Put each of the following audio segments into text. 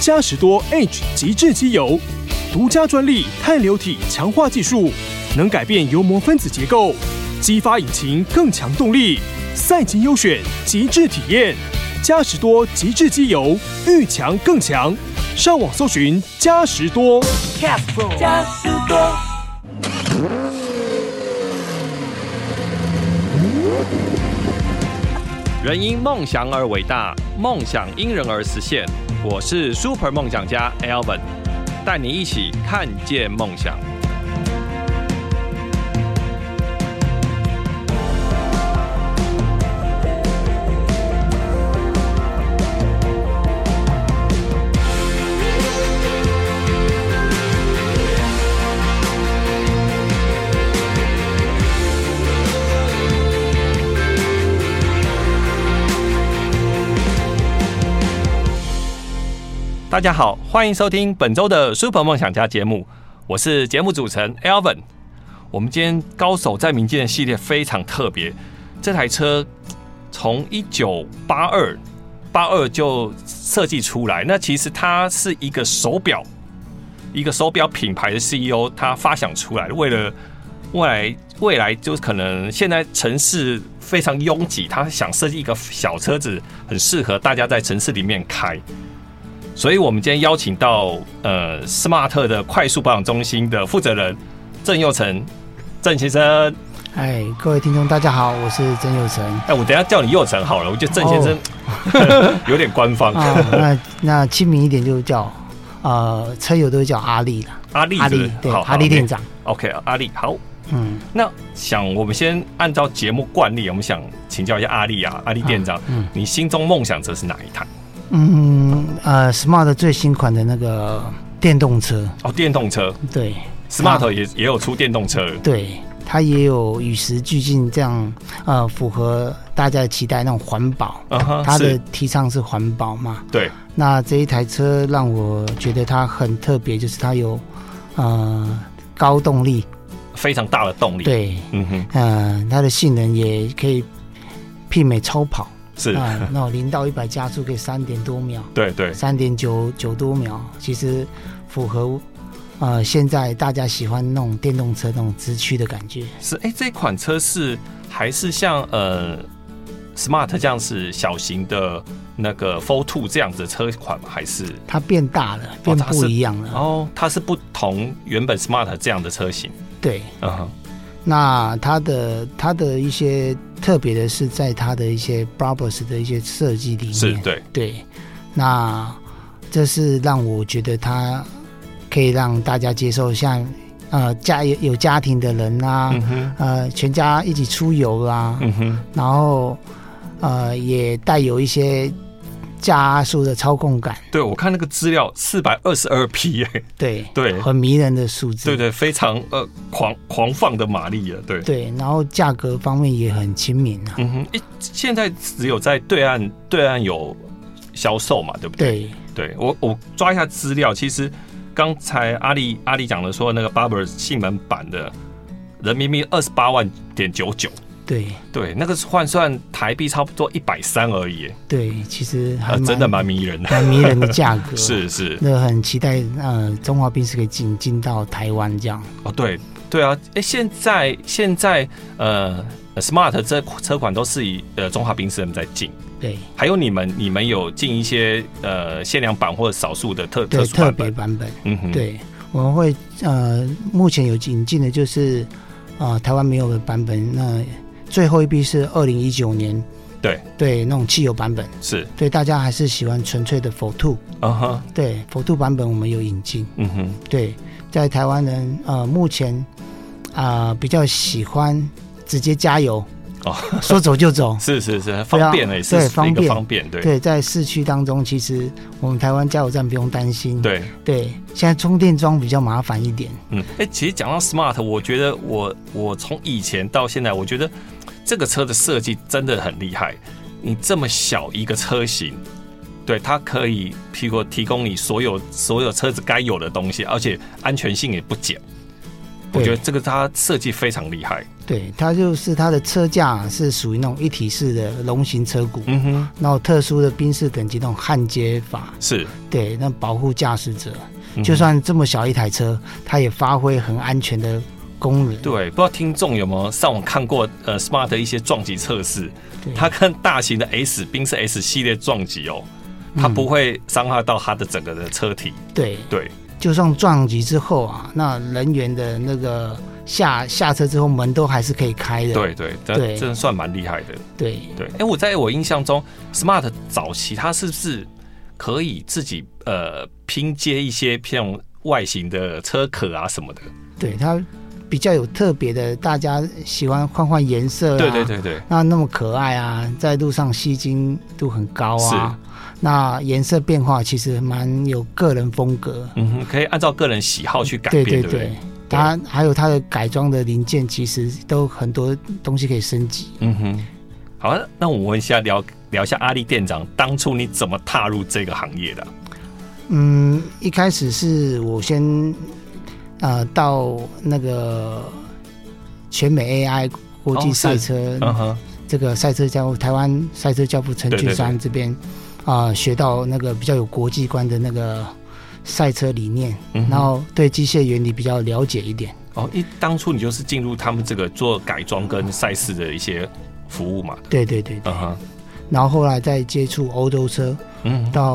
嘉实多 H 极致机油，独家专利碳流体强化技术，能改变油膜分子结构，激发引擎更强动力。赛级优选，极致体验，嘉实多极致机油，遇强更强。上网搜寻嘉实多。加士多。人因梦想而伟大，梦想因人而实现。我是 Super 梦想家 Alvin，带你一起看见梦想。大家好，欢迎收听本周的 Super 梦想家节目，我是节目主持人 Alvin。我们今天高手在民间的系列非常特别，这台车从一九八二八二就设计出来，那其实它是一个手表，一个手表品牌的 CEO 他发想出来的，为了未来未来就是可能现在城市非常拥挤，他想设计一个小车子，很适合大家在城市里面开。所以我们今天邀请到呃 Smart 的快速保养中心的负责人郑佑成郑先生。哎，各位听众，大家好，我是曾佑成。哎，我等一下叫你佑成好了，我觉得郑先生、哦 有点官方。啊、那那亲民一点就叫，呃，车友都叫阿力啦，阿力阿是不是力对，好，阿力店长。 OK，OK，阿力好。嗯，那想我们先按照节目惯例，我们想请教一下阿力啊，阿力店长，嗯你心中梦想车是哪一台？嗯，呃，Smart 最新款的那个电动车，哦，电动车对，Smart 也、也有出电动车，对，它也有与时俱进，这样呃，符合大家的期待那种环保。嗯它哼，的是，提倡是环保嘛？对，那这一台车让我觉得它很特别，就是它有呃高动力，非常大的动力。，对，嗯哼，嗯，它的性能也可以媲美超跑是，啊、那我零到一百加速可以三点多秒，对对，三点九九多秒，其实符合呃现在大家喜欢那种电动车那种直驱的感觉。是哎、这款车是还是像呃 Smart 这样是小型的那个 f o r Two 这样子的车款吗？还是它变大了，变它是不一样了。哦，它是不同原本 Smart 这样的车型？对，嗯哼，那它的它的一些特别的是在它的一些 Brabus 的一些设计里面，是对，对，那这是让我觉得它可以让大家接受像，呃家有有家庭的人啊，嗯哼，呃全家一起出游啊，嗯哼，然后呃也带有一些加速的操控感，对我看那个资料四百二十二匹，哎，对对很迷人的数字，对对，非常呃狂狂放的马力啊，对，对然后价格方面也很亲民啊，嗯哼，哎、现在只有在对岸对岸有销售嘛，对不对？对对我我抓一下资料，其实刚才阿丽阿丽讲的说那个 Barber 性能版的人民币二十八万点九九，对对，那个是换算台币差不多一百三而已耶，对，其实还呃，蛮、啊真的蛮迷人的。蛮迷人的价格， 是是那很期待，呃，中华兵是可以进进到台湾这样。哦，对对啊，哎，现在现在呃，Smart 这车款都是以呃中华宾士 M 在进，对还有你们你们有进一些呃限量版或者少数的特对，特殊特版别本，版本，嗯哼，对，我们会呃，目前有引进的就是呃，台湾没有的版本。那最后一批是二零一九年，对对，那种汽油版本，是，对，大家还是喜欢纯粹的佛兔，嗯哼，对，佛兔版本我们有引进，嗯哼，对，在台湾人呃，目前啊、比较喜欢直接加油，哦，说走就走，是是是，方便了也是对一方个便方便， 对对，在市区当中，其实我们台湾加油站不用担心。对，对，现在充电桩比较麻烦一点。嗯，哎、其实讲到 smart，我觉得我我从以前到现在，我觉得这个车的设计真的很厉害。你这么小一个车型，对它可以，譬如提供你所有所有车子该有的东西，而且安全性也不减。我对觉得这个它设计非常厉害。对，它就是它的车架是属于那种一体式的龙形车毂，嗯哼，然后特殊的宾士等级那种焊接法，是，对，那保护驾驶者，嗯就算这么小一台车，它也发挥很安全的功能。对，不知道听众有没有上网看过呃 Smart 的一些撞击测试，对它跟大型的 S 宾士 S 系列撞击哦，嗯它不会伤害到它的整个的车体，对，对，就算撞击之后啊，那人员的那个下下车之后门都还是可以开的。对对，但对真的算蛮厉害的。对对，哎、我在我印象中，Smart 早期它是不是可以自己呃拼接一些这种外形的车壳啊什么的？对，它比较有特别的，大家喜欢换换颜色、啊。对对。对对，那那么可爱啊，在路上吸睛度很高啊。那颜色变化其实蛮有个人风格。嗯哼，可以按照个人喜好去改对变，对不对。它还有它的改装的零件，其实都很多东西可以升级。嗯哼，好，啊那我们现在聊聊一下阿力店长，当初你怎么踏入这个行业的？嗯，一开始是我先呃到那个全美 AI 国际哦是赛车、嗯哼，这个赛车教台湾赛车教父陈对对俊对山这边啊、学到那个比较有国际观的那个赛车理念，嗯哼然后对机械原理比较了解一点。哦，一当初你就是进入他们这个做改装跟赛事的一些服务嘛？对对对对，嗯哼，然后后来再接触欧洲车，嗯哼，到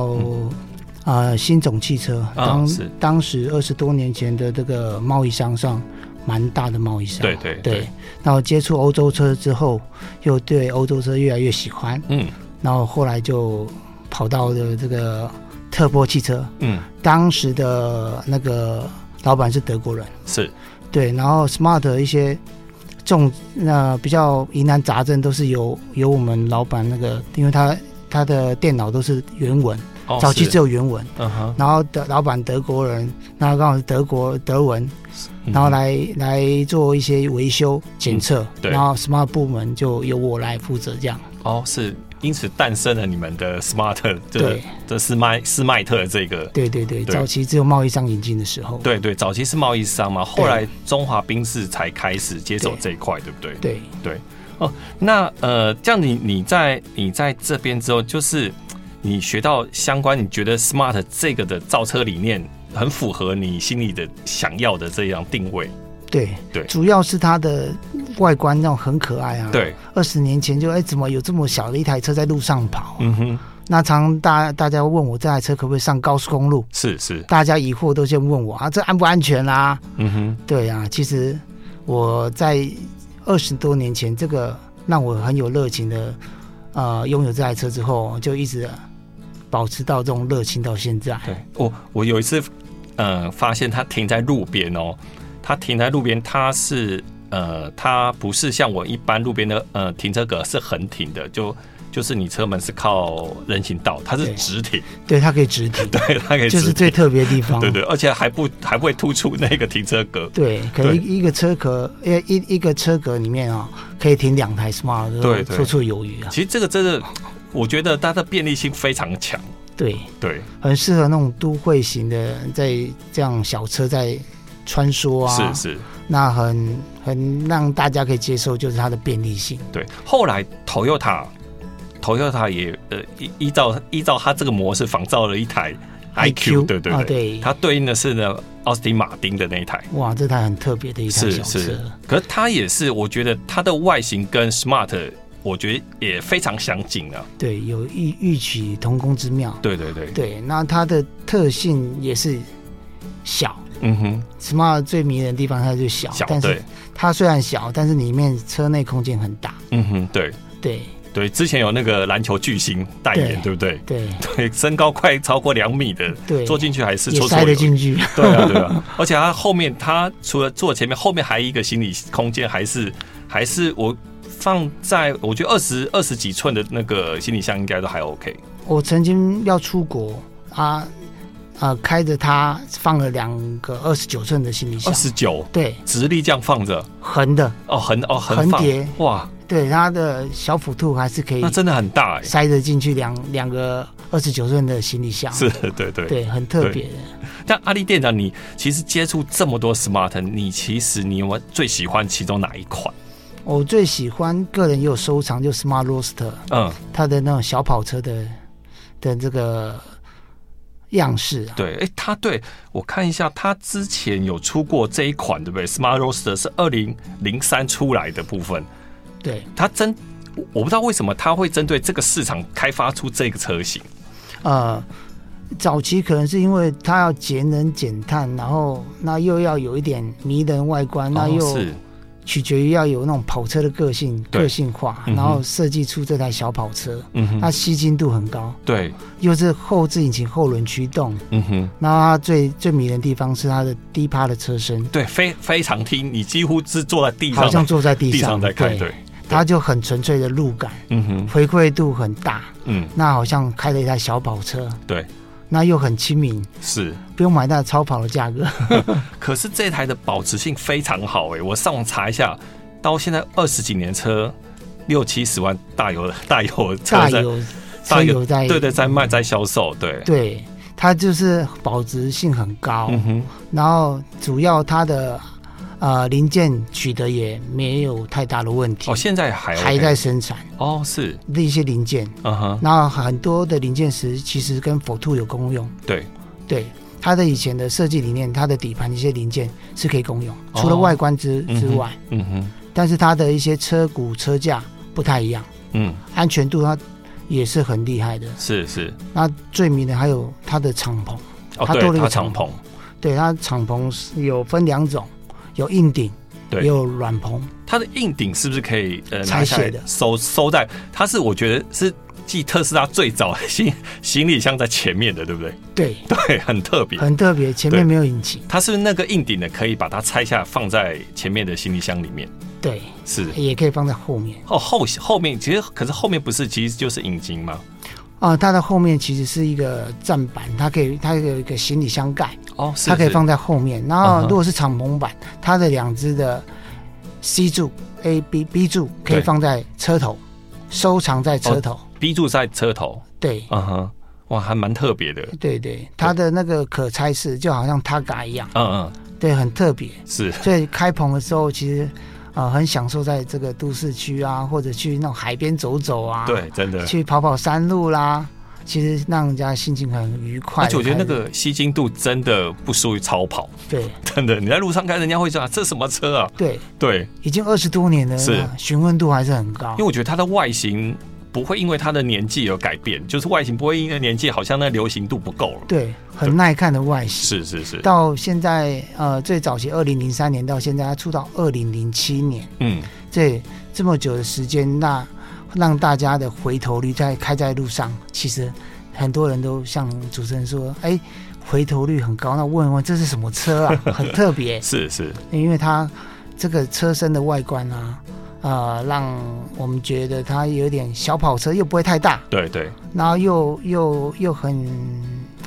啊、呃新种汽车，当、是当时二十多年前的这个贸易商上蛮大的贸易商，对对对，然后接触欧洲车之后，又对欧洲车越来越喜欢，嗯然后后来就跑到了这个特波汽车，嗯，当时的那个老板是德国人，是，对，然后 Smart 的一些重那、比较疑难杂症都是由由我们老板那个，因为他他的电脑都是原文，哦早期是只有原文，嗯哼，然后德老板德国人，然后刚好是德国德文，嗯然后来、来做一些维修检测，对然后 smart 部门就由我来负责这样。哦，是因此诞生了你们的 Smart 这对这斯麦斯麦特这个，对对对，对早期只有贸易商引进的时候，对对，早期是贸易商嘛，后来中华兵士才开始接手这一块，对不对？对那呃，这样你你在你在这边之后，就是你学到相关，你觉得 Smart 这个的造车理念很符合你心里的想要的这样定位，对对主要是它的外观那种很可爱啊。，对，二十年前就哎怎么有这么小的一台车在路上跑？嗯哼，那常大大家问我这台车可不可以上高速公路，是是，大家疑惑都先问我啊，这安不安全啦、嗯哼，对啊，其实我在二十多年前，这个让我很有热情的，呃，拥有这台车之后，就一直保持到这种热情到现在。对我，我有一次，呃，发现它停在路边哦，它停在路边，它是呃，它不是像我一般路边的呃停车格是横停的，就就是你车门是靠人行道，它是对直停， 对，它可以直停，对，它可以就直是停最，特别的地 方。对对，而且还不还不会突出那个停车 格，对可能对一一个车壳，一一一个车格里面啊、可以停两台 Smart，都对对绰绰有余啊。其实这个真的，我觉得它的便利性非常强，对，对，很适合那种都会型的，在这样小车在穿梭啊，是是。那很很让大家可以接受，就是它的便利性。对，后来 Toyota Toyota 也呃依依照依照它这个模式仿造了一台 IQ，对对啊，对，对，它对应的是呢奥斯汀马丁的那一台，哇，这台很特别的一台是小是车，，可是它也是我觉得它的外形跟 Smart 我觉得也非常相近啊，对，有异异曲同工之妙。对对对，对，那它的特性也是小嗯哼， ，Smart 最迷人的地方它就小，小但对是，它虽然小，但是里面车内空间很大。嗯哼，对对对，之前有那个篮球巨星代言，对对不对？对 对，身高快超过两米的，对，坐进去还是也绰塞绰有得余。进去。对啊，对啊， 而且他后面他除了坐前面，后面还有一个行李空间，还是还是我放在我觉得二十二十几寸的那个行李箱应该都还 OK。我曾经要出国啊啊，开着它放了两个二十九寸的行李箱二，十九对，直立这样放着，横的，哦横哦横横放叠，哇，对，它的小腹兔还是可以那真的很大哎、塞得进去两两个二十九寸的行李箱，是， 对对。啊对，很特别的。但阿力店长，你其实接触这么多 Smart，你其实你有没有最喜欢其中哪一款？我最喜欢个人也有收藏，就 Smart Roadster 嗯，它的那种小跑车的的这个样式啊，对，哎、他对我看一下，他之前有出过这一款，对不对？Smart Roadster 是二零零三出来的部分，对，他针我我不知道为什么他会针对这个市场开发出这个车型，呃，早期可能是因为它要节能减碳，然后那又要有一点迷人外观，那哦又是取决于要有那种跑车的个性对个性化，嗯哼然后设计出这台小跑车，嗯它哼，吸睛度很高，对，又是后置引擎后轮驱动，嗯哼。那它最最迷人的地方是它的低趴的车身，对，非非常听，你几乎是坐在地上，好像坐在地地上，上在看，对，它就很纯粹的路感，嗯哼，回馈度很大，嗯，那好像开了一台小跑车，对，那又很亲民，是。不用买那超跑的价格，可是这台的保值性非常好诶、我上网查一下，到现在二十几年车，六七十万大油大油车大在，有大车油友在嗯对对，在卖在销售，对，对，它就是保值性很高，嗯哼，然后主要它的呃零件取得也没有太大的问题，哦，现在还、OK、嗯还在生产哦，是，那些零件，嗯哼，那很多的零件时其实跟 f o Two 有共用，对，对。它的以前的设计理念，它的底盘一些零件是可以共用，除了哦外观之、嗯之哼外，嗯哼，但是它的一些车骨车架不太一样，嗯，安全度它也是很厉害的。是是，那最迷的还有它的敞篷，哦，它对多了，一它个敞敞篷，对，它敞篷是有分两种，有硬顶，对也有软篷。它的硬顶是不是可以呃拿拆下来卸的收收在？它是我觉得是继特斯拉最早的行 行李箱在前面的，对不对？ 对，对，很特别。很特别，前对面没有引擎，它是不是那个硬顶的可以把它拆下来放在前面的行李箱里面？对，是也可以放在后面。哦，后后面其实可是后面不是，其实就是引擎嘛。啊、它的后面其实是一个站板，它可以它有一个行李箱盖，哦，是它可以是放在后面。然嗯哼后如果是敞篷版，它的两只的 C 柱、A、B、B 柱可以对哦放在车头，收藏在车头。逼住在车头。对嗯哼，哇，还蛮特别的。对对，它的那个可拆式就好像 Targa 一样，嗯嗯，对，很特别。是所以开棚的时候，其实啊、呃很享受在这个都市区啊，或者去那种海边走走啊，，对，真的。去跑跑山路啦，其实让人家心情很愉快。而且我觉得那个吸睛度真的不输于超跑，对真的。你在路上看，人家会说啊，这什么车啊？对，对，已经二十多年了，是询问度还是很高因为。我觉得它的外形不会因为它的年纪而改变，就是外形不会因为年纪好像那流行度不够了。对，很耐看的外形。是是是，到现在，呃，最早期二零零三年到现在，它出到二零零七年，嗯，这这么久的时间，那让大家的回头率在开在路上，其实很多人都像主持人说，哎，回头率很高。那问问这是什么车啊？ 很特别，是是，因为它这个车身的外观啊，呃，让我们觉得它有点小跑车，又不会太大，对对，然后又又又很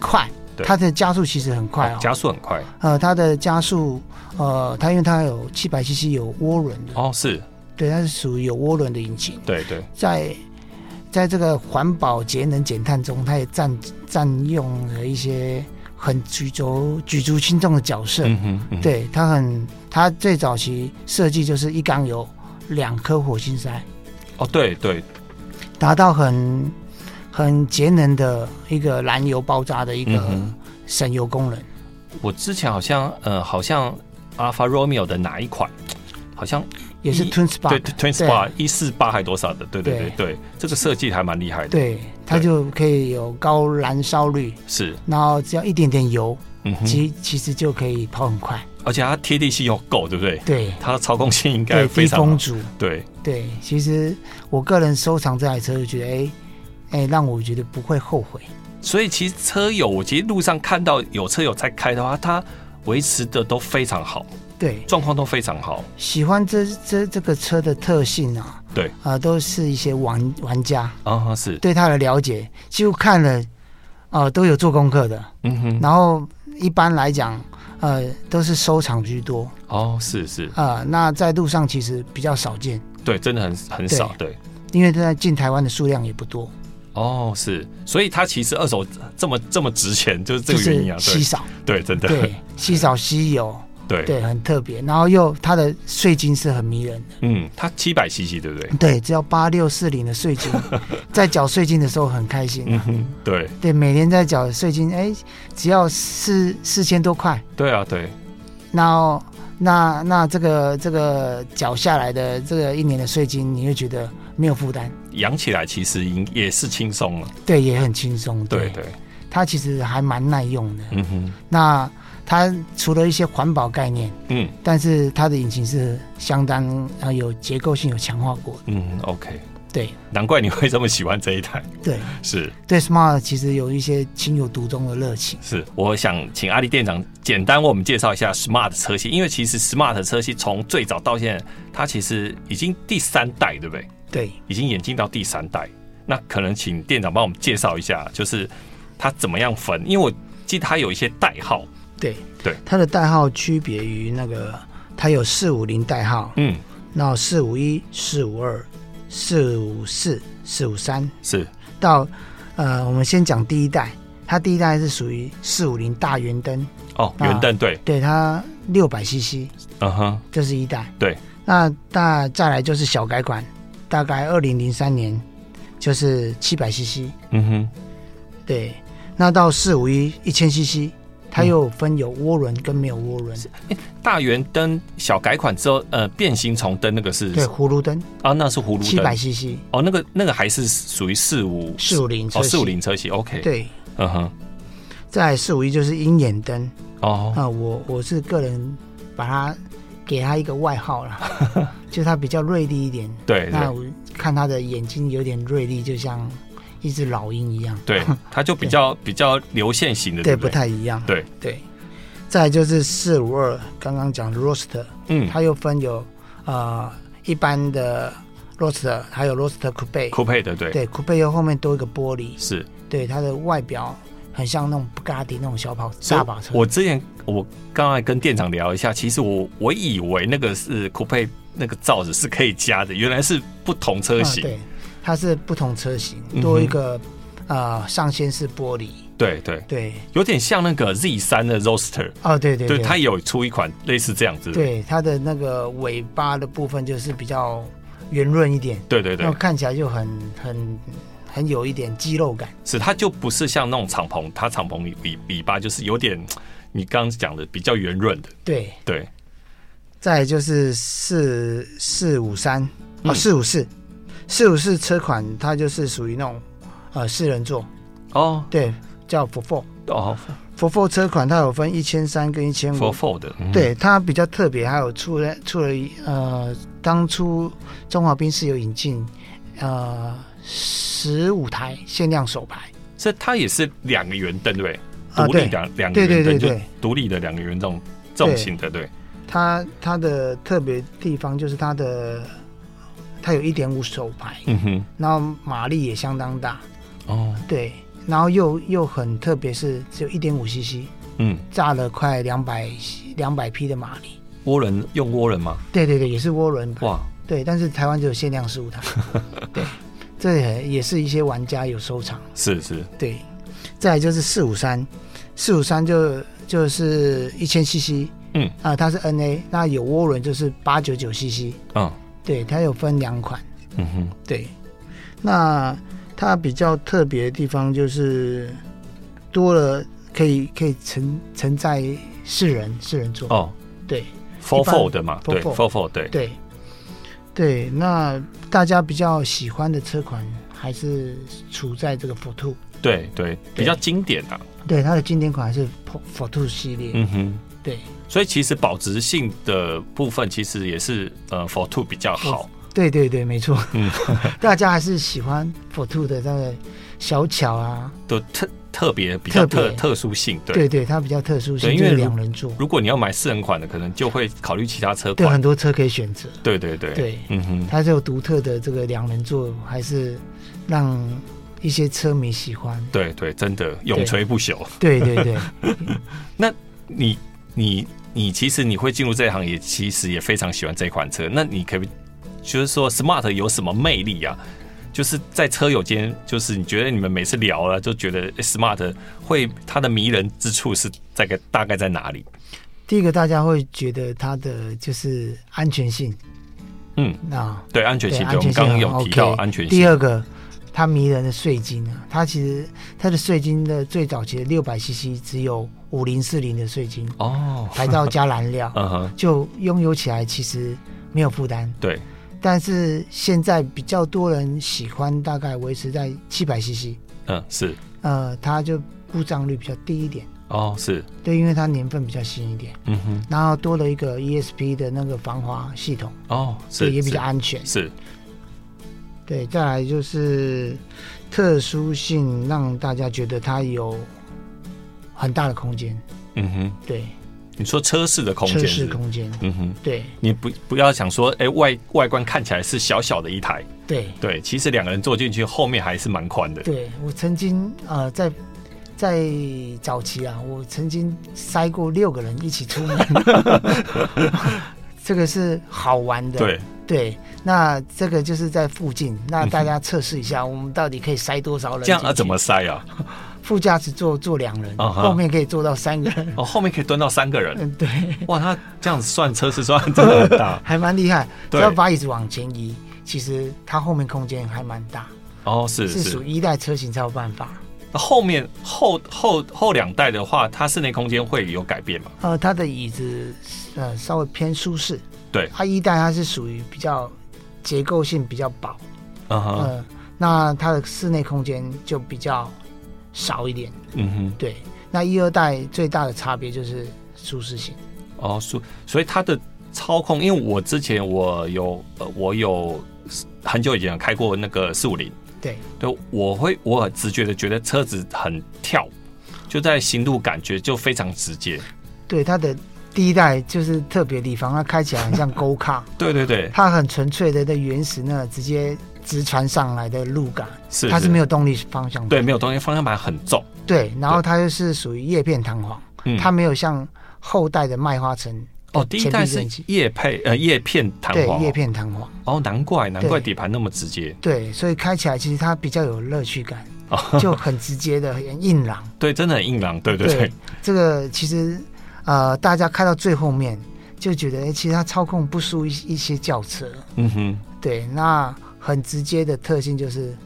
快。对它的加速其实很快哦，加速很快呃，它的加速，呃，它因为它有七百 CC 有涡轮的，哦，是对，它是属于有涡轮的引擎。对对，在在这个环保节能减碳中，它也占占用了一些很举足举足轻重的角色。嗯哼，嗯哼，对它很，它最早期设计就是一缸有两颗火星塞，哦对对，达到很很节能的一个燃油爆炸的一嗯个哼，省油功能。我之前好像呃好像 Alfa Romeo 的哪一款，好像也是一 Twin Spark，对 Twin Spa 一四八还多少的，对对对对，这个设计还蛮厉害的，对，它对就可以有高燃烧率，是，然后只要一点点油，嗯哼，其其实就可以跑很快。而且它贴地性又够，对不对？对，它的操控性应该对，非低常好风阻。对，对，其实我个人收藏这台车，就觉得哎哎、让我觉得不会后悔。所以其实车友，我其实路上看到有车友在开的话，它维持的都非常好，对，状况都非常好。喜欢这这这个车的特性啊，对啊、都是一些玩玩家啊，是，对它的了解，几乎看了啊、都有做功课的。嗯哼，然后一般来讲，呃，都是收藏居多哦，是是，啊、那在路上其实比较少见，对，真的很很少，对，因为在进台湾的数量也不多，哦，是，所以它其实二手这么这么值钱，就是这就个原因是啊，稀少，对，对，真的，对，稀少稀有， 对，对，很特别。然后又它的税金是很迷人的，嗯，它七百 CC 对不对？对，只要八六四零的 税金，在缴税金的时候很开心、嗯啊。哼，对，对，每年在缴税金，哎，只要四四千多块，对啊，对，然后那那这个这个缴下来的这个一年的税金，你会觉得没有负担，养起来其实应也是轻松了，对，也很轻松。对对，它其实还蛮耐用的。嗯哼，那它除了一些环保概念，嗯但是它的引擎是相当呃有结构性有强化过的。嗯，OK，对难怪你会这么喜欢这一 台，对是对，Smart 其实有一些情有独钟的热情。是，我想请阿力店长简单为我们介绍一下 Smart 车系，因为其实 Smart 车系从最早到现在，它其实已经第三代，对不对？对，已经演进到第三代。那可能请店长帮我们介绍一下，就是它怎么样分？因为我记得它有一些代号，对对，它的代号区别于那个，它有四五零代号，嗯，然后四五一、四五二、四五四、四五三，是到呃，我们先讲第一代，它第一代是属于四五零大圆灯，哦，啊圆凳对，对，它六百 CC，嗯哼，这是一代。对，那那再来就是小改款，大概二零零三年就是七百 CC，嗯哼，对，那到四五一一千 CC，它嗯又分有涡轮跟没有涡轮，大圆灯小改款之后，呃，变形虫灯那个是对，葫芦灯啊，那是葫芦七百灯 CC，哦，那个那个还是属于四五四五零哦四五零车系，OK，，对，嗯哼，再来四五一就是鹰眼灯哦，啊，我我是个人把它给它一个外号啦， 就它比较锐利一点，对那对我看它的眼睛有点锐利，就像一只老鹰一样， 对，它就比较比较流线型的，对，对不对？太一样。对对，再来就是四五二，刚刚讲 roaster，嗯它又分有呃一般的 roaster，还有 roaster coupe。酷配的对，对，coupe 又后面多一个玻璃，是。对它的外表很像那种布加迪那种小跑所以大跑车。我之前我刚才跟店长聊一下，其实我我以为那个是酷配那个罩子是可以加的，原来是不同车嗯型。嗯对，它是不同车型哼多一个、呃上掀式玻璃。对对，对，有点像那个 Z 三的 Roaster，哦，对对对它也有出一款类似这样子的。对它的那个尾巴的部分就是比较圆润一点，对对然对后，看起来就很很很有一点肌肉感。是它就不是像那种敞篷，它敞篷尾尾巴就是有点你刚刚讲的比较圆润的。对，对，再来就是四四五三哦，嗯四五四，四五四车款它就是属于那种呃四人座，哦对，叫 f o f o 哦 f o f o 车款它有分一千三跟一千，For 五。 Fold 的，嗯，对它比较特别，还有出了出了一呃，当初中华兵是有引进呃十五台限量手牌，是它也是两个圆灯对不对？啊独立对两两个对对圆灯，对就对独立的两个圆这种这种型的，对，它它的特别地方就是它的，它有一点五手排，嗯哼，然后马力也相当大，哦，对，然后又又很特别是只有一点五 CC，嗯，炸了快两百两百匹的马力，涡轮用涡轮吗？对对对，也是涡轮版，哇，对，但是台湾只有限量 十五台，对，这也也是一些玩家有收藏，是是，对，再来就是四五三，四五三就就是一千 CC，嗯啊、它是 NA，那有涡轮就是八九九 CC。嗯对，它有分两款。嗯哼，对，那它比较特别的地方就是多了可以可以承承载四人四人座。哦对，Four 一般 Fold 的嘛，对 Fourfold ，Four Fold 对，对对，那大家比较喜欢的车款还是处在这个 f o r t o 对对，比较经典啊，对，它的经典款还是 f o r t o 系列。嗯哼。对所以其实保值性的部分其实也是呃 for two 比较好，对对对，没错。嗯 大家还是喜欢 f o r t o 的那个小巧啊，都特特别比较特特别特殊性。对，对对，它比较特殊对性，因就为是如两人座。如果你要买四人款的，可能就会考虑其他车对，款很。多车可以选择。对对对，对嗯哼，它是有独特的这个两人座，还是让一些车迷喜欢。对对，真的永垂不朽。对对 对，你你你，其实你会进入这一行也，其实也非常喜欢这款车。那你可不，就是说 Smart 有什么魅力啊？就是在车友间，就是你觉得你们每次聊了，就觉得诶 Smart 会它的迷人之处是在个大概在哪里？第一个大家会觉得它的就是安全性，嗯，啊，对安全对，性，对安我们全性刚刚很有提到 OK 安全第性，二个，它迷人的税金啊，它其实它的税金的最早期的六百 CC 只有五零四零的税金，哦，牌照加燃料 ，嗯哼，就拥有起来其实没有负担。对，但是现在比较多人喜欢大概维持在七百 CC，嗯是，呃，它就故障率比较低一点，哦是，对，因为它年份比较新一点，嗯哼，然后多了一个 ESP 的那个防滑系统，哦所是，以也比是较安全。是，对，再来就是特殊性，让大家觉得它有很大的空间，嗯哼，对，你说车室的空间是测试不是，空间，嗯哼，对你不不要想说，哎外外观看起来是小小的一台，对对，其实两个人坐进去后面还是蛮宽的，对。啊我曾经呃在在早期啊，我曾经塞过六个人一起出门， 这个是好玩的，对，嗯对。那这个就是在附近，那大家测试一下，我们到底可以塞多少人？这样啊怎么？塞啊？副驾驶座坐两人，啊哈后面可以坐到三个人。 哦，后面可以蹲到三个人，嗯，对。哇，他这样子算车是算真的很大还蛮厉害。只对要把椅子往前移，其实它后面空间还蛮大，哦，是 是属是。于一代车型才有办法。那后面后后后两代的话，它室内空间会有改变嘛？呃，它的椅子呃稍微偏舒适，对它一代它是属于比较结构性比较薄，嗯哼，呃，那它的室内空间就比较少一点。嗯哼，对，那一二代最大的差别就是舒适性。哦，所所以它的操控，因为我之前我有呃我有很久以前有开过那个四五零，对，对，我会我很直觉的觉得车子很跳，就在行路感觉就非常直接。对，它的第一代就是特别地方，它开起来很像 Go Car，对对对，它很纯粹的那原始那直接直传上来的路感。是它是没有有动力方向对盘，没有东西，方向盘很重，对然后对它又是属于叶片弹簧，嗯，它没有像后代的麦花臣哦，第一代是前避震器叶配呃叶片弹对簧，叶片弹簧，哦，难怪难怪对底盘那么直接，对，所以开起来其实它比较有乐趣感，哦 就很直接的，很硬朗。对，真的很硬朗，对对对，这个其实呃，大家开到最后面就觉得，哎、其实它操控不输一一些轿车，嗯哼，对，那很直接的特性就是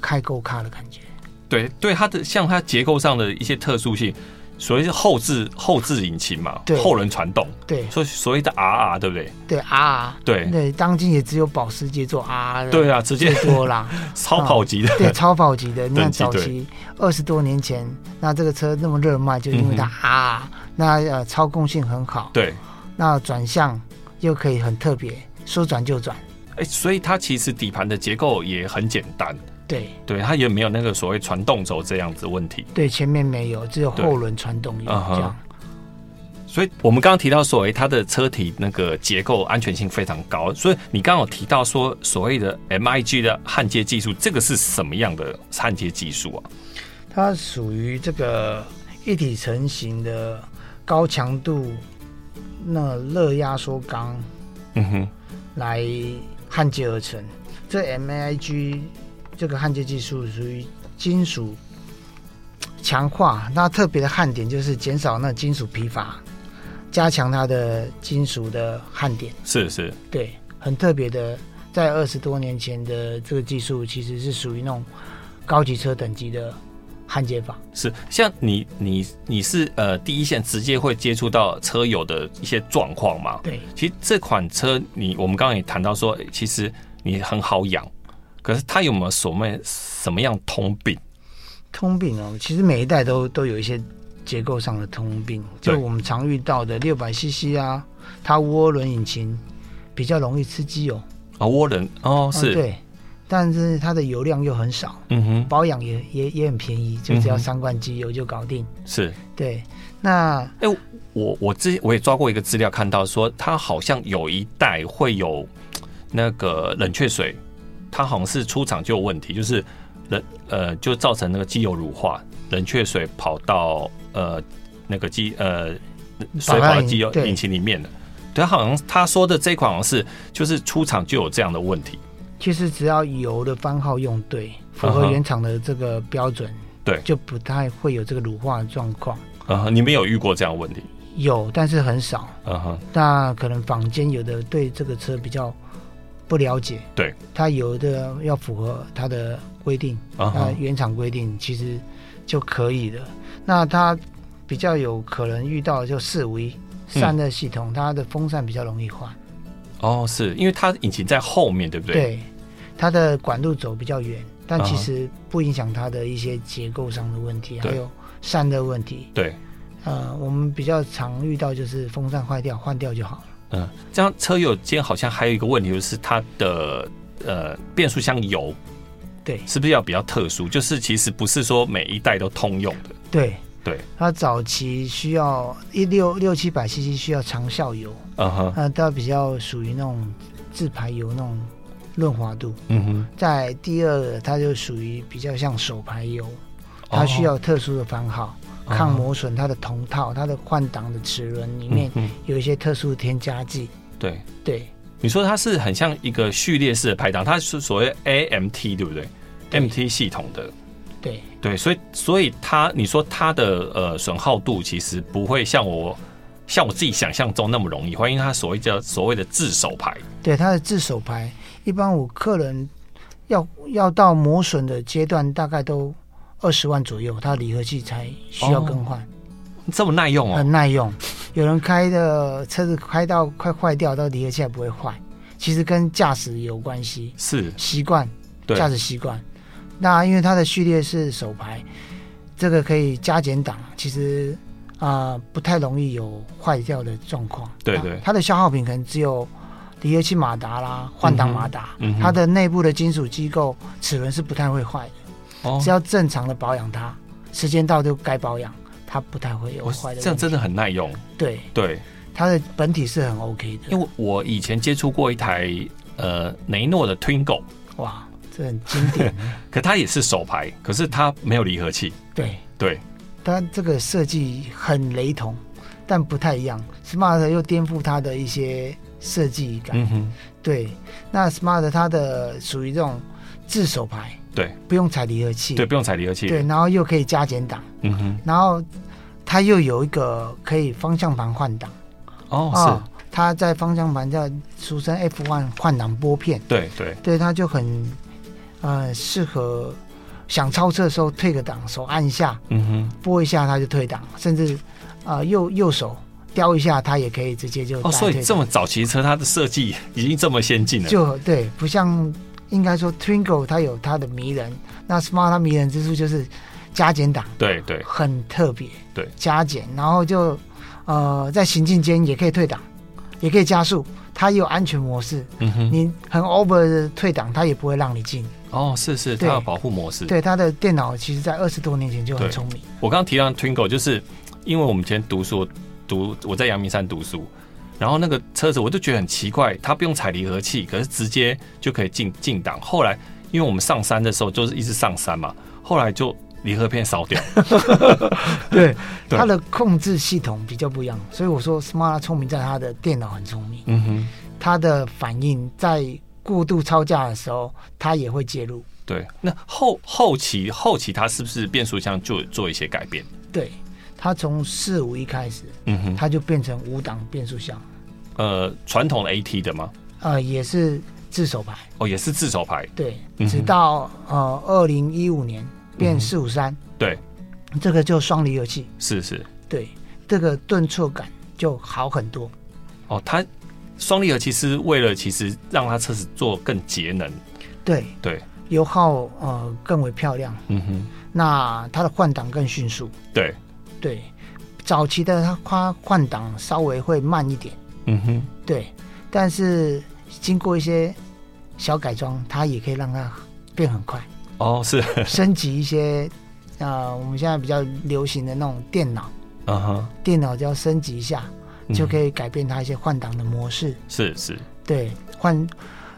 开够卡的感觉，对对，它的像它结构上的一些特殊性，所谓是后置后置引擎嘛，对后轮传动，对所以所谓的 RR 对不对？对啊，对对，当今也只有保时捷做啊的，对啊，直接最多 啦。超跑级的，对，超跑级的。那等级早期二十多年前，那这个车那么热卖，就是因为嗯它啊，那呃操控性很好， 对，那转向又可以很特别，说转就转。哎，所以它其实底盘的结构也很简单，对对，它也没有那个所谓传动轴这样子问题。对，前面没有，只有后轮传动有对嗯哼这样。所以我们刚刚提到所谓它的车体那个结构安全性非常高，所以你刚刚有提到说所谓的 MIG 的焊接技术，这个是什么样的焊接技术啊？它属于这个一体成型的高强度那热压缩钢嗯哼，来焊接而成。这 MAIG 这个焊接技术属于金属强化，那特别的焊点就是减少那金属疲乏，加强它的金属的焊点。是是，对，很特别的，在二十多年前的这个技术其实是属于那种高级车等级的焊接法。是像你你你是呃第一线直接会接触到车友的一些状况嘛？对，其实这款车你我们刚刚也谈到说，诶其实你很好养，可是它有没有所谓什么样通病？通病哦，其实每一代都都有一些结构上的通病，对就我们常遇到的六百 CC 啊，它涡轮引擎比较容易吃机油，啊、涡轮哦啊是，对，但是它的油量又很少，嗯哼保养也也也很便宜，就只嗯要哼三罐机油就搞定。是。对，那哎、我我之前我也抓过一个资料，看到说它好像有一代会有那个冷却水，它好像是出厂就有问题，就是冷呃就造成那个机油乳化，冷却水跑到呃那个机呃水跑到机油跑到引对引擎里面了。对，它好像他说的这一款好像是就是出厂就有这样的问题。其实只要油的番号用对，符嗯合哼原厂的这个标准，对就不太会有这个乳化的状况。嗯啊、你们有遇过这样的问题？有，但是很少。嗯哼，那可能坊间有的对这个车比较不了解，对，它有的要符合它的规定，嗯那哼，原厂规定其实就可以了。那它比较有可能遇到的就四五一嗯散热系统，它的风扇比较容易坏，哦，是因为它引擎在后面，对不对？，它的管路走比较远，但嗯哼其实不影响它的一些结构上的问题，对还有散热问题。对，呃，我们比较常遇到就是风扇坏掉，换掉就好了。嗯，这样车友间好像还有一个问题，就是它的呃变速箱油对是不是要比较特殊？就是其实不是说每一代都通用的。对对，它早期需要一六六七百 CC 需要长效油，嗯哼，那它比较属于那种自排油那种润滑度。嗯哼，在第二个，它就属于比较像手排油，哦它需要特殊的番号、哦抗磨损，它的铜套、它的换挡的齿轮里面嗯有一些特殊添加剂。哼对。对你说它是很像一个序列式的排档，它是所谓 AMT 对不对对 m t 系统的，对对，所以所以它你说它的呃损耗度其实不会像我像我自己想象中那么容易坏，因为它所谓叫所谓的自手排，对，它的自手排，一般我客人要要到磨损的阶段，大概都二十万左右，它离合器才需要更换。这么耐用哦。很耐用。有人开的车子开到快坏掉，到离合器还不会坏，其实跟驾驶有关系，是，习惯，对，驾驶习惯。那因为它的序列是手排，这个可以加减档，其实啊、呃不太容易有坏掉的状况。对它对它的消耗品可能只有离合器马达啦、换挡马达，嗯哼它的内部的金属机构齿轮是不太会坏的，哦只要正常的保养它，时间到就该保养，它不太会有我坏的问题。哦这样真的很耐用。对。对，它的本体是很 OK 的。因为我以前接触过一台呃雷诺的 Twingo，哇，这很经 典。可它也是手排，可是它没有离合器。对，对，它这个设计很雷同，但不太一样。Smart 又颠覆它的一些设计感。嗯哼，对，那 Smart 它的属于这种自手牌，对不用踩离合器，对，不用踩离合器。对，，然后又可以加减档，嗯哼，然后它又有一个可以方向盘换挡哦，啊它在方向盘叫俗称 F1 换挡拨片。是，对对，对，它就很呃适合想超车的时候退个档，手按一下嗯哼，拨一下它就退档，甚至呃右右手叼一下它也可以直接就打哦，所退档以这么早期车它的设计已经这么先进了。就对，不像应该说 Twingo 它有它的迷人，那 Smart 它迷人之处就是加减档对对，很特别，对加减，然后就呃在行进间也可以退档，也可以加速，它也有安全模式，嗯哼，你很 over 的退档它也不会让你进。哦，是是，它对有保护模式。对，它的电脑其实在二十多年前就很聪明。我刚刚提到 Twingo，就是因为我们以前读书，读我在阳明山读书，然后那个车子我就觉得很奇怪，它不用踩离合器，可是直接就可以进进档。后来因为我们上山的时候就是一直上山嘛，后来就离合片烧掉。 对，对它的控制系统比较不一样，所以我说 Smart 聪明在它的电脑很聪明，嗯哼，它的反应在过度超价的时候，它也会介入。对。那后后期后期它是不是变速箱就做一些改变？对，它从四五一开始，嗯哼，它就变成五档变速箱，呃，传统的 AT 的吗？呃，也是自手排。哦，也是自手排。对嗯，哼直到呃二零一五年变四五三，对，这个就双离合器，是是。对，这个顿挫感就好很多。哦，它双离合其实为了其实让它车子做更节能。对，对，油耗呃更为漂亮，嗯哼。那它的换挡更迅速。对，对，早期的它它换挡稍微会慢一点，嗯哼，对，但是经过一些小改装，它也可以让它变很快，哦，是， 升级一些呃我们现在比较流行的那种电脑，嗯哼，电脑只要升级一下嗯就可以改变它一些换挡的模式，是是。对，换。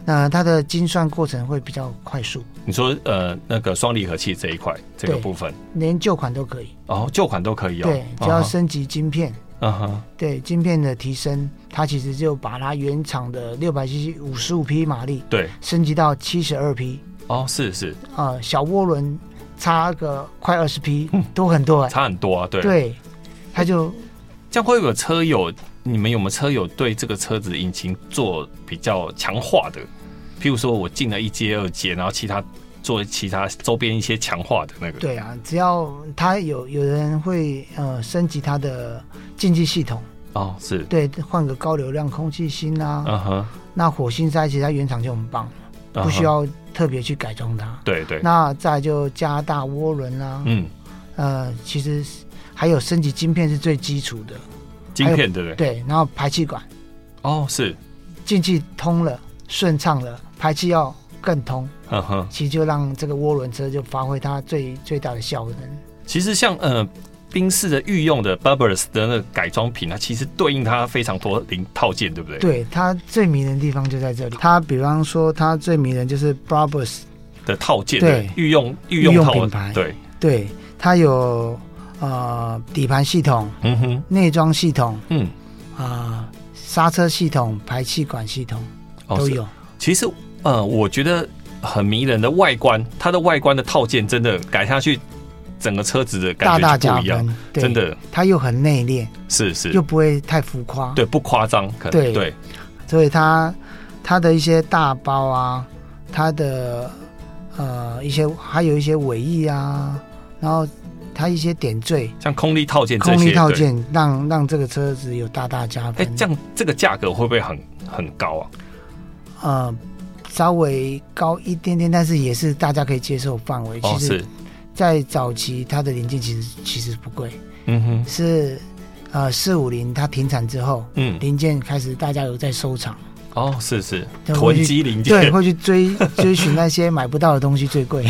那、它的精算过程会比较快速，你说呃，那个双离合器这一块这个对部分，连旧款都可以。哦，旧款都可以哦，对，只要升级晶片，嗯哼，嗯哼，对晶片的提升，它其实就把它原厂的六百 cc 五十五匹马力对，升级到七十二匹，哦，是是，呃，小涡轮差个快二十匹，都很多、哎 啊差很多啊，对，对，它就这样会不会有车友？你们有没有车友对这个车子引擎做比较强化的？譬如说我进了一阶、二阶，然后其他做其他周边一些强化的那个。对啊，只要他有有人会呃升级他的进气系统，哦，是，对，换个高流量空气芯啊，嗯哼，那火星塞其实它原厂就很棒，嗯哼不需。要特别去改装它。对对，那再来就加大涡轮啦、嗯，呃，其实是还有升级晶片是最基础的，晶片对不对？对，然后排气管哦，是，进气通了，顺畅了，排气要更通，嗯哼。其实就让这个涡轮车就发挥它最最大的效能。其实像呃。宾士的御用的 Burberry 的那个改装品，啊它其实对应它非常多零套件，对不对？对，它最迷人的地方就在这里。它比方说，它最迷人就是 Brabus，的套件，对御用御御用用套品牌对，对，它有呃底盘系统、嗯哼，内装系统嗯，啊、呃刹车系统、排气管系统哦都是有。其实，呃，我觉得很迷人的外观，它的外观的套件真的改下去，整个车子的大感大觉就加不一样，分，对真，的它又很内敛，是是又，不会太浮夸，对，不夸张，可能对对，所以它它的一些大包啊，它的呃一些还有一些尾翼啊，然后它一些点缀、像空力套件这空些，力套对。件，让让这个车子有大大加哎、分。这样这个价格会不会很很高啊？呃稍微高一点点，但是也是大家可以接受范围。哦，其实是，，在早期它的零件其实其实不贵，嗯哼，是呃四五零它停产之后。嗯，零件开始大家有在收藏，哦，是是，对囤积零对，件，会去追 追寻那些买不到的东西最贵。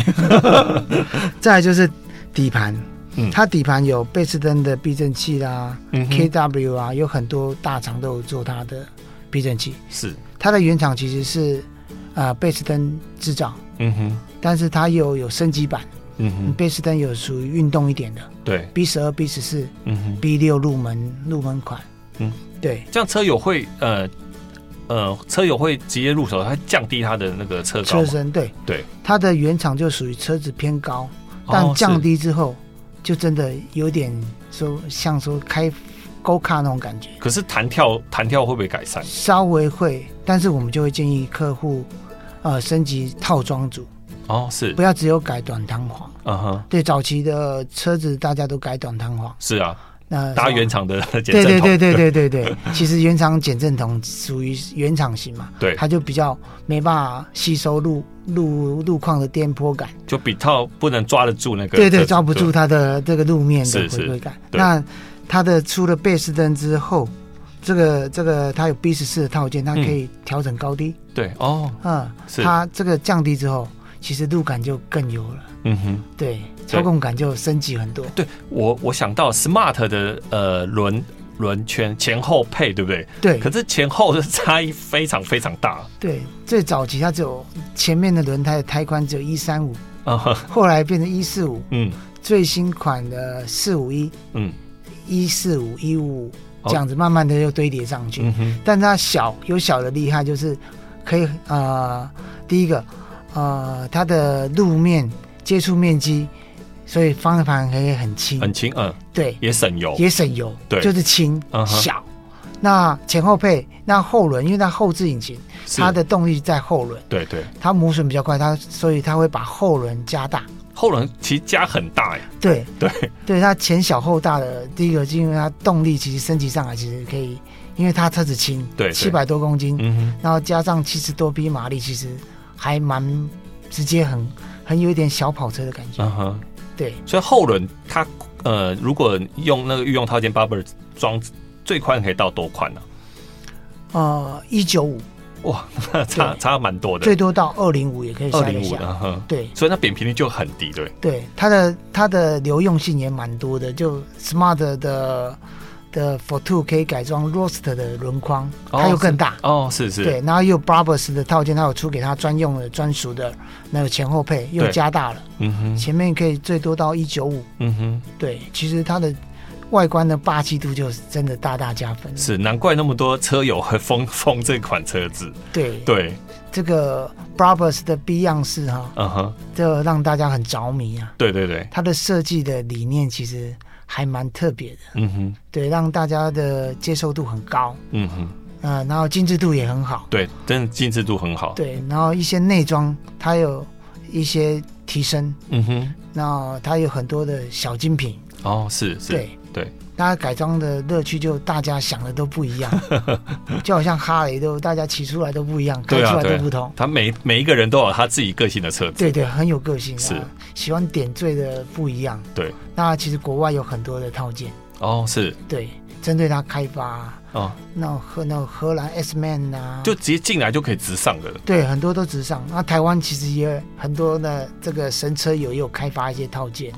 再来就是底盘，嗯它底盘有贝斯登的避震器啦、嗯 KW 啊，有很多大厂都有做它的避震器。是，它的原厂其实是呃贝斯登制造，嗯哼，但是它又有升级版，嗯哼，贝斯登有属于运动一点的对， B 十二、B 十四、嗯哼， B 六入门入门款。嗯，对，这样车友会，呃，呃，车友会直接入手，它降低它的那个车高车嘛，身对对，它的原厂就属于车子偏高。但哦降是低之后，就真的有点说像说开高卡那种感觉，可是弹跳弹跳会不会改善？稍微会，但是我们就会建议客户，呃，升级套装组，哦，是不，要只有改短弹簧。嗯哼，对，早期的车子大家都改短弹簧，是啊，那搭是吧原厂的减震对对筒，对对对对对，其实原厂减震筒属于原厂型嘛，对它就比较没办法吸收路路路况的颠簸感。就比套不能抓得住那个，对对，抓不住，它的这个路面的是回是馈感。对那它的出了贝斯灯之后，这个这个它有 B 十四的套件，它可以调整高低。对哦，嗯，嗯是它这个降低之后，其实路感就更有了，嗯哼，对，操控感就升级很多。对我我想到 smart 的呃轮轮圈前后配，对不对？对可是前后的差异非常非常大，对，最早期它只有前面的轮胎的胎宽只有一三五，啊呵，后来变成一四五，嗯最新款的四五一、嗯一四五、一五五哦这样子，慢慢的又堆叠上去。嗯哼，但它小有小的厉害，就是可以呃，第一个呃，它的路面接触面积，所以方向盘可以很轻，很轻，嗯，对，也省油，也省油，对就是轻、嗯哼小。那前后配，那后轮，因为它后置引擎，是它的动力在后轮，对对，它磨损比较快，它所以它会把后轮加大。后轮其实加很大哎，对 对对，它前小后大的第一个，是因为它动力其实升级上来，其实可以，因为它车子轻，对对七百多公斤，嗯哼，然后加上七十多匹马力，其实还蛮直接很，很有一点小跑车的感觉。嗯哼。对所以后轮它呃，如果用那个御用套件 Barber 装，最宽可以到多宽呢、啊呃，一九五哇，那 差对差蛮多的最，多到二零五也可以二塞得零五下。的，嗯哼对所以那扁平率就很低，对，对，它的它的流用性也蛮多的，就 Smart 的的 For Two 可以改装 Rost 的轮框，哦它又更大。哦，是是，对，然后又有 Brabus 的套件，它有出给它专用的专属的那个前后配，又对加大了，嗯哼，前面可以最多到一九五。嗯哼，对，其实它的外观的霸气度就是真的大大加分。是，难怪那么多车友会 疯疯这款车子，对，对，这个 Brabus 的 B 样式哈、嗯哼，这让大家很着迷啊。对对对，它的设计的理念其实还蛮特别的，嗯哼，对，让大家的接受度很高，嗯哼，啊、然后精致度也很好，对，真的精致度很好，，对，然后一些内装它有一些提升，嗯哼，那它有很多的小精品，哦，是是，对对，大家改装的乐趣就大家想的都不 一样，就好像哈雷都大家骑出来都不一样，开对啊出来对啊都不同。他每每一个人都有他自己个性的车子，对对，很有个性、啊，是喜欢点缀的不一样。对，那其实国外有很多的套件，哦，是，对，针对它开发啊，哦，那种荷那种荷兰 S Man 啊，就直接进来就可以直上的了，对，很多都直上。那台湾其实也很多的这个神车友也有开发一些套 件，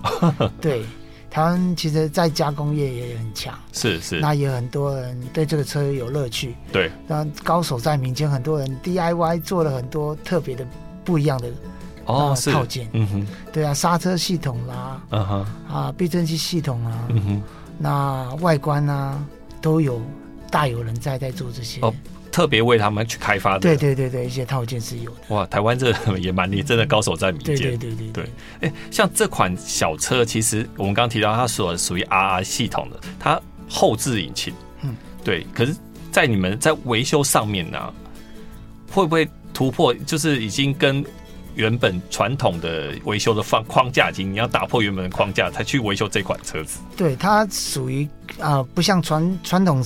对，台湾其实在加工业也很强，是是，那也很多人对这个车有乐趣。对，那高手在民间，很多人 DIY 做了很多特别的不一样的，哦，呃是套件嗯哼，对啊，刹车系统啦、嗯哼，啊，避震器系统啊，嗯哼。那外观啊，都有大有人在在做这些。哦特别为他们去开发的。对对对对，一些套件是有的。哇，台湾这 也蛮厉，真的高手在民对对间。对对对哎、像这款小车，其实我们刚刚提到它所属于 RR 系统的，它后置引擎。嗯嗯，对。可是，在你们在维修上面呢、啊会不会突破？就是已经跟原本传统的维修的方框架，已经你要打破原本的框架，才去维修这款车子。对，它属于啊、不像传传统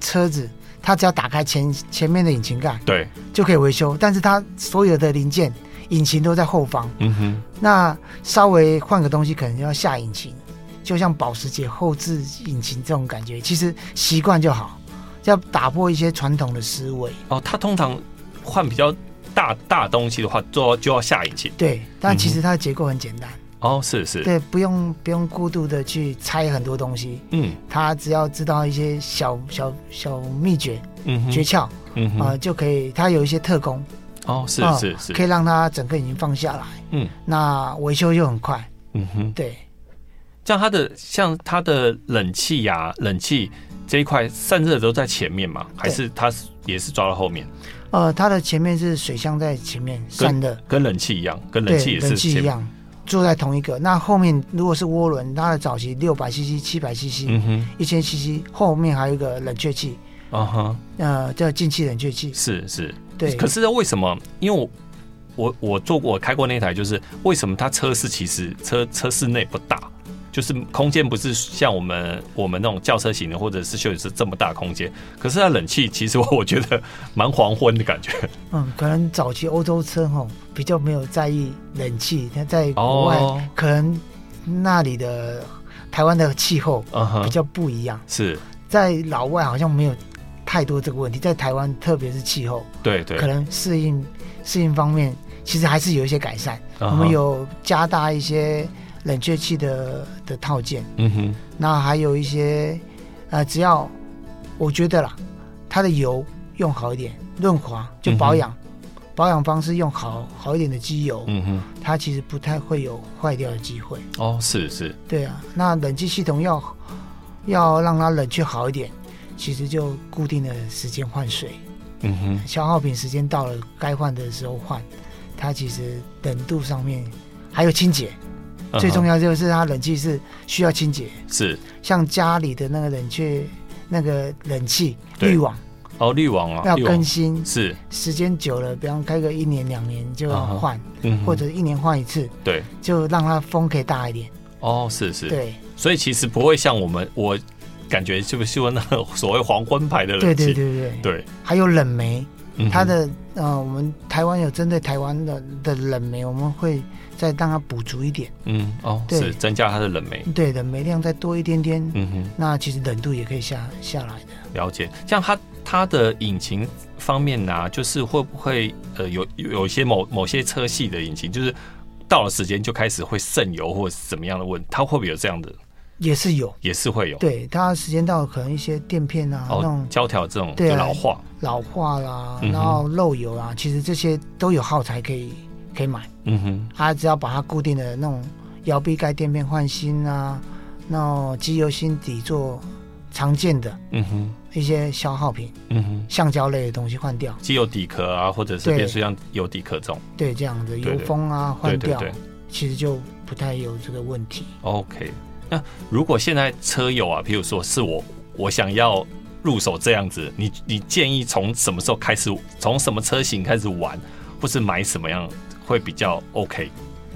车子，它只要打开前前面的引擎盖对，就可以维修，但是它所有的零件。引擎都在后方，嗯哼，那稍微换个东西，可能要下引擎，就像保时捷后置引擎这种感觉。其实习惯就好，要打破一些传统的思维。哦，它通常换比较大大东西的话，就要就要下引擎。对，但嗯其实它的结构很简单，哦，是是，对，不用不用过度的去拆很多东西，嗯它只要知道一些小小小秘诀、嗯哼诀窍嗯哼啊、就可以。它有一些特工，哦，是啊是是，可以让它整个已经放下来，嗯那维修又很快。嗯哼，对，像它的像它的冷气呀、冷气这一块散热都在前面嘛，还是它是也是抓到后面，呃，它的前面是水箱在前面散热，跟冷气一样，跟冷气对，也冷是气前一面，样。坐在同一个，那后面如果是涡轮，它的早期六百 CC、七百 CC、嗯哼，一千 CC，后面还有一个冷却器，啊哈，呃，叫进气冷却器。是是，对，可是为什么？因为我。我我坐过，我开过那台，就是为什么它车室其实车车室内不大，就是空间不是像我们我们那种轿车型的或者是休旅车这么大空间，可是它冷气其实我我觉得蛮黄昏的感 觉，嗯，可能早期欧洲车吼比较没有在意冷气，它在国外、哦可能那里的台湾的气候嗯比哼，较不一样，是在老外好像没有太多这个问题，在台湾特别是气候，对对，可能适应适应方面其实还是有一些改善，我我们，有加大一些冷却器的的套件，嗯哼，那还有一些呃，只要我觉得啦，它的油用好一点，润滑就保养，保养方式用好好一点的机油，嗯哼，它其实不太会有坏掉的机会。哦，是是，对啊，那冷气系统要要让它冷却好一点，其实就固定的时间换水，嗯哼，消耗品时间到了该换的时候换，它其实冷度上面还有清洁，最重要要就是它冷气是需要清洁。嗯是像家里的那个冷却、那个冷气对滤网哦，滤网啊，要滤更网新，是，时间久了，比方开个一年两年就要啊哈换，嗯哼或者一年换一次，对，就让它风可以大一点。哦，是是，对所以其实不会像我们，我感觉是不是说那个所谓黄昏牌的对冷对气，对对，对，还有冷媒，嗯哼它的呃，我们台湾有针对台湾的的冷媒，我们会再让它补足一点，嗯哦对是增加它的冷媒，对，冷媒量再多一点点，嗯哼，那其实冷度也可以下下来的。了解。像它它的引擎方面呢、就是会不会呃有有有一些某某些车系的引擎，就是到了时间就开始会渗油或者是怎么样的问题，它会不会有这样的？也是有，也是会有对，它时间到了，可能一些垫片啊，那哦种，胶条这种对就啊老化，老化啦，嗯哼然后漏油啊，其实这些都有耗材可以可以买，嗯哼，它只要把它固定的那种摇臂盖垫片换新啊，那种机油芯底座常见的嗯哼，一些消耗品，嗯哼，橡胶类的东西换掉，机油底壳啊，或者是对变速箱油底壳这种，对，这样的对油封啊对换对掉，对其实就不太有这个问题。 ，OK。那如果现在车友啊，譬如说是我，我想要入手这样子，你你建议从什么时候开始，从什么车型开始玩，或是买什么样会比较 OK？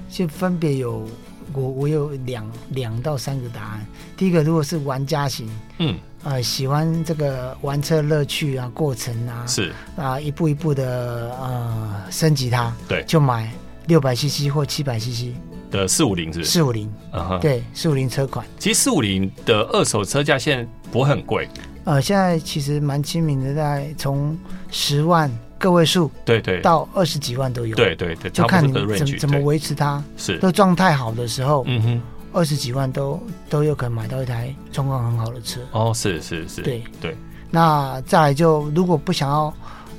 就分别有我我有两两到三个答案。第一个，如果是玩家型，嗯，呃，喜欢这个玩车乐趣啊、过程啊，是啊、一步一步的呃升级它，对就买六百 CC 或七百 CC 的四五零是不是？四五零，嗯哼，对四五零车款。其实四五零的二手车价现在不会很贵，呃，现在其实蛮亲民的，在从十万个位数对对到二十几万都有，，对对对，就差看不你多的怎 range 怎么对维持它。是，都状态好的时候，嗯哼，二十几万都都有可能买到一台状况很好的车。哦，是是是，对对，那再来就如果不想要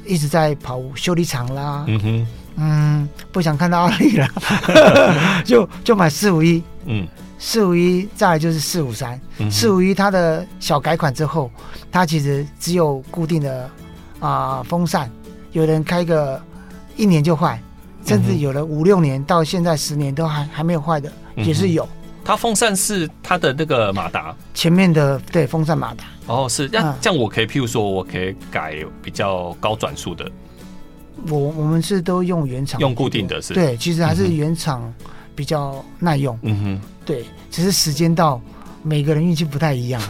一直在跑修理厂啦，嗯哼，嗯不想看到奥 利啦，就就买四五一，嗯四五一再来就是四五三，嗯四五一它的小改款之后，它其实只有固定的啊、风扇，有人开个一年就坏，甚嗯至哼有了五六年到现在十年都还还没有坏的，也嗯是哼有。它风扇是它的那个马达，前面的对风扇马达，哦，是，那嗯这样我可以，譬如说，我可以改比较高转速的，我我们是都用原厂，用固定的是，，对，其实还嗯是哼原厂比较耐用，嗯对，只是时间到，每个人运气不太一样，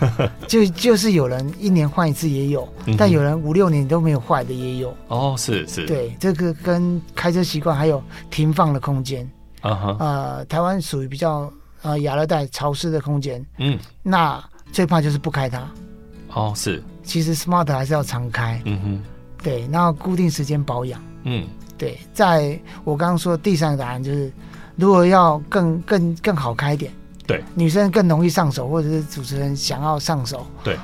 就就是有人一年换一次也有，哼但有人五六年都没有坏的也有，哼，哦，是是，，对，这个跟开车习惯还有停放的空间，啊哈，呃，台湾属于比较呃亚热带潮湿的空间，嗯，那最怕就是不开它，哦，是，其实 smart 还是要常开，嗯哼，对，然后固定时间保养。嗯，对，在我刚刚说的第三个答案就是，如果要更更更好开一点，对，女生更容易上手，或者是主持人想要上手，对，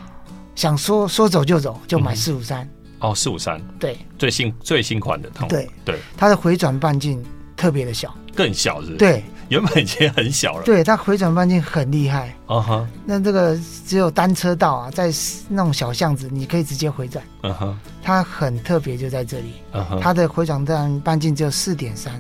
想说说走就走，就买嗯四五三，哦，四五三对最新最新款的，哦对，对，它的回转半径特别的小，更小是，，对原本已经很小了，对，它回转半径很厉害。啊哈，那这个只有单车道啊，在那种小巷子，你可以直接回转，嗯哼，它很特别就在这里，嗯哼，它的回转半半径只有四点三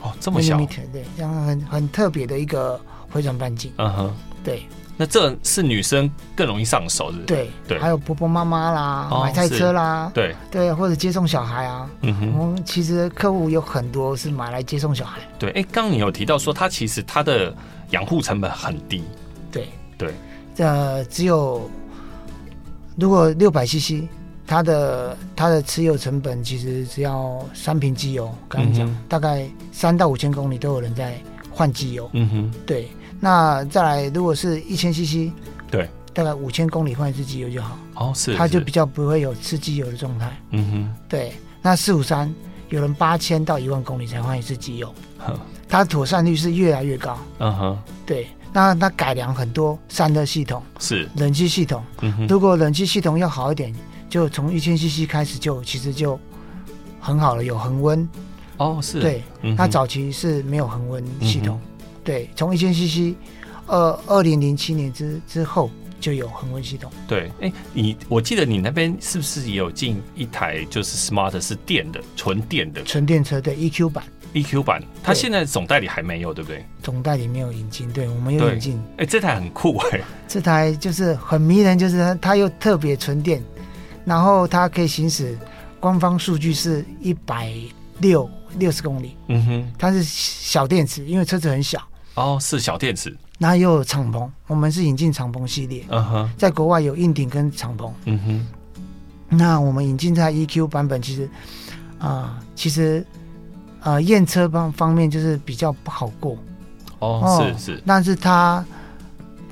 哦，这么小， millimeter，对，然后很很特别的一个回转半径，嗯哼，对。那这是女生更容易上手是不是，对对还有婆婆妈妈啦，哦买菜车啦，对，对，或者接送小孩啊。嗯哼。我们其实客户有很多是买来接送小孩，对，哎，刚刚你有提到说它其实它的养护成本很低，对对，呃，只有如果六百 CC，它的它的持有成本其实只要三瓶机油，刚刚讲、嗯哼大概三到五千公里都有人在换机油，嗯哼，对。那再来，如果是一千 CC，对，大概五千公里换一次机油就好，哦是，它就是比较不会有吃机油的状态。嗯哼，对，那四五三有人八千到一万公里才换一次机油，呵它的妥善率是越来越高。嗯哼，对，对，那它改良很多散热系统、是，冷气系统。嗯哼，如果冷气系统要好一点，就从一千 CC 开始就其实就很好了，有恒温。哦是，对，嗯哼，它早期是没有恒温系统嗯。对，从一千 CC，呃，二零零七年之之后就有恒温系统。对，哎、你我记得你那边是不是也有进一台就是 Smart 是电的纯电的纯电车对 EQ 版 EQ 版？它对现在总代理还没有，对不对？总代理没有引进，对我们有对引进。哎、这台很酷哎、这台就是很迷人，就是它它又特别纯电，然后它可以行驶，官方数据是一百六六十公里，嗯哼，它是小电池，因为车子很小，哦是小电池，然后又有敞篷，我们是引进敞篷系列，嗯哼，在国外有硬顶跟敞篷，嗯哼，那我们引进在 EQ 版本其实啊、其实呃验车方方面就是比较不好过，哦是是，但是他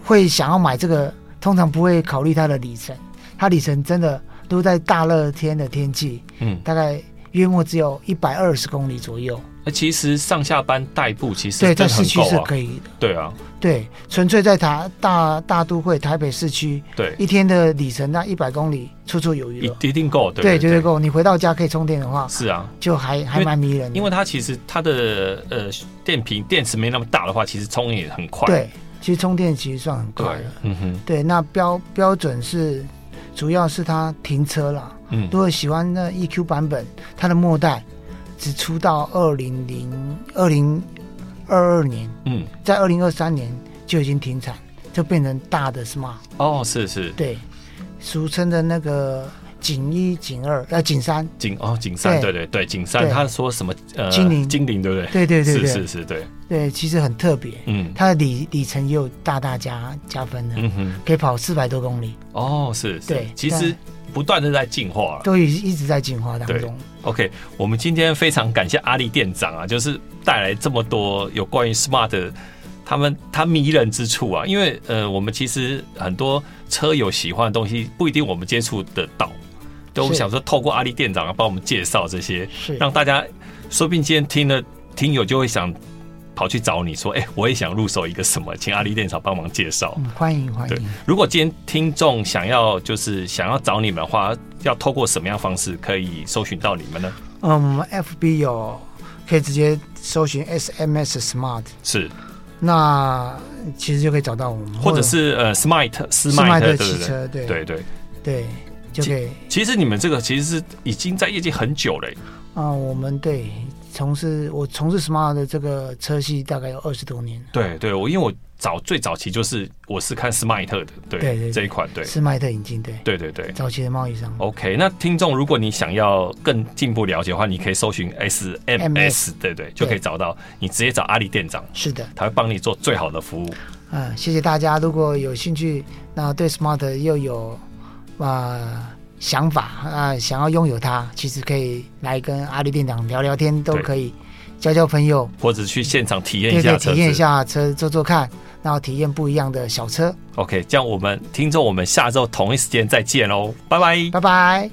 会想要买这个，通常不会考虑它的里程，它里程真的都在大热天的天气，嗯，大概约莫只有一百二十公里左右，那其实上下班代步其实对，真在的市很区够是啊，可以的。对啊，对，纯粹在台大大都会台北市区对，一天的里程，那一百公里绰绰有余一了。一定够，对对，绝对对，够。你回到家可以充电的话，是啊，就还还蛮迷人的。因为它其实它的呃电瓶电池没那么大的话，其实充也很快，对，其实充电其实算很对快了。，嗯哼，对，那标标准是主要是它停车啦，嗯如果喜欢那 EQ 版本，它的末代只出到二零零二零二二年，嗯，在二零二三年就已经停产，就变成大的 smart，哦，是是，对，俗称的那个景一、景二，呃，景三，景哦景山，对对对对，景山，对他说什么呃精灵精灵对不对？对对对对是是是，对，对，其实很特别，嗯它的里里程也有大大加加分的，嗯哼，可以跑四百多公里，哦是，是对其实不断的在进化了。都一一直在进化当对中。 OK，我们今天非常感谢阿力店长啊，就是带来这么多有关于 Smart 的他们他迷人之处啊，因为呃，我们其实很多车友喜欢的东西不一定我们接触得到，都是想说透过阿力店长啊帮我们介绍这些，是，让大家说不定今天听了听友就会想跑去找你说，哎、我也想入手一个什么，请阿力店长帮忙介绍。嗯，欢迎欢对迎。，如果今天听众想要就是想要找你们的话，要透过什么样的方式可以搜寻到你们呢？嗯，我们 FB 有可以直接搜寻 SMS Smart，是，那其实就可以找到我们，或者是呃 Smart 斯斯麦麦特特，汽对不车，对对？对对。对，就可以其实你们这个其实是已经在业界很久了耶，欸啊、我们对从事我从事 Smart 的这个车系大概有二十多年了，对对，我因为我早最早期就是我是看斯麦特的，对对对这一款，对哦斯麦特引进对，对对对。早期的贸易商。 OK，那听众，如果你想要更进一步了解的话，你可以搜寻 SMS， MS 对对，就可以找到，你直接找阿里店长，是的，他会帮你做最好的服务。嗯，谢谢大家。如果有兴趣，那对 Smart 又有啊、呃想法啊、想要拥有它，其实可以来跟阿里店长聊聊天，都对可以交交朋友，或者去现场体验一对下对，车体验一子。下车坐坐看，然后体验不一样的小车。 OK，这样我们听众，我们下周同一时间再见喽，拜拜。拜拜。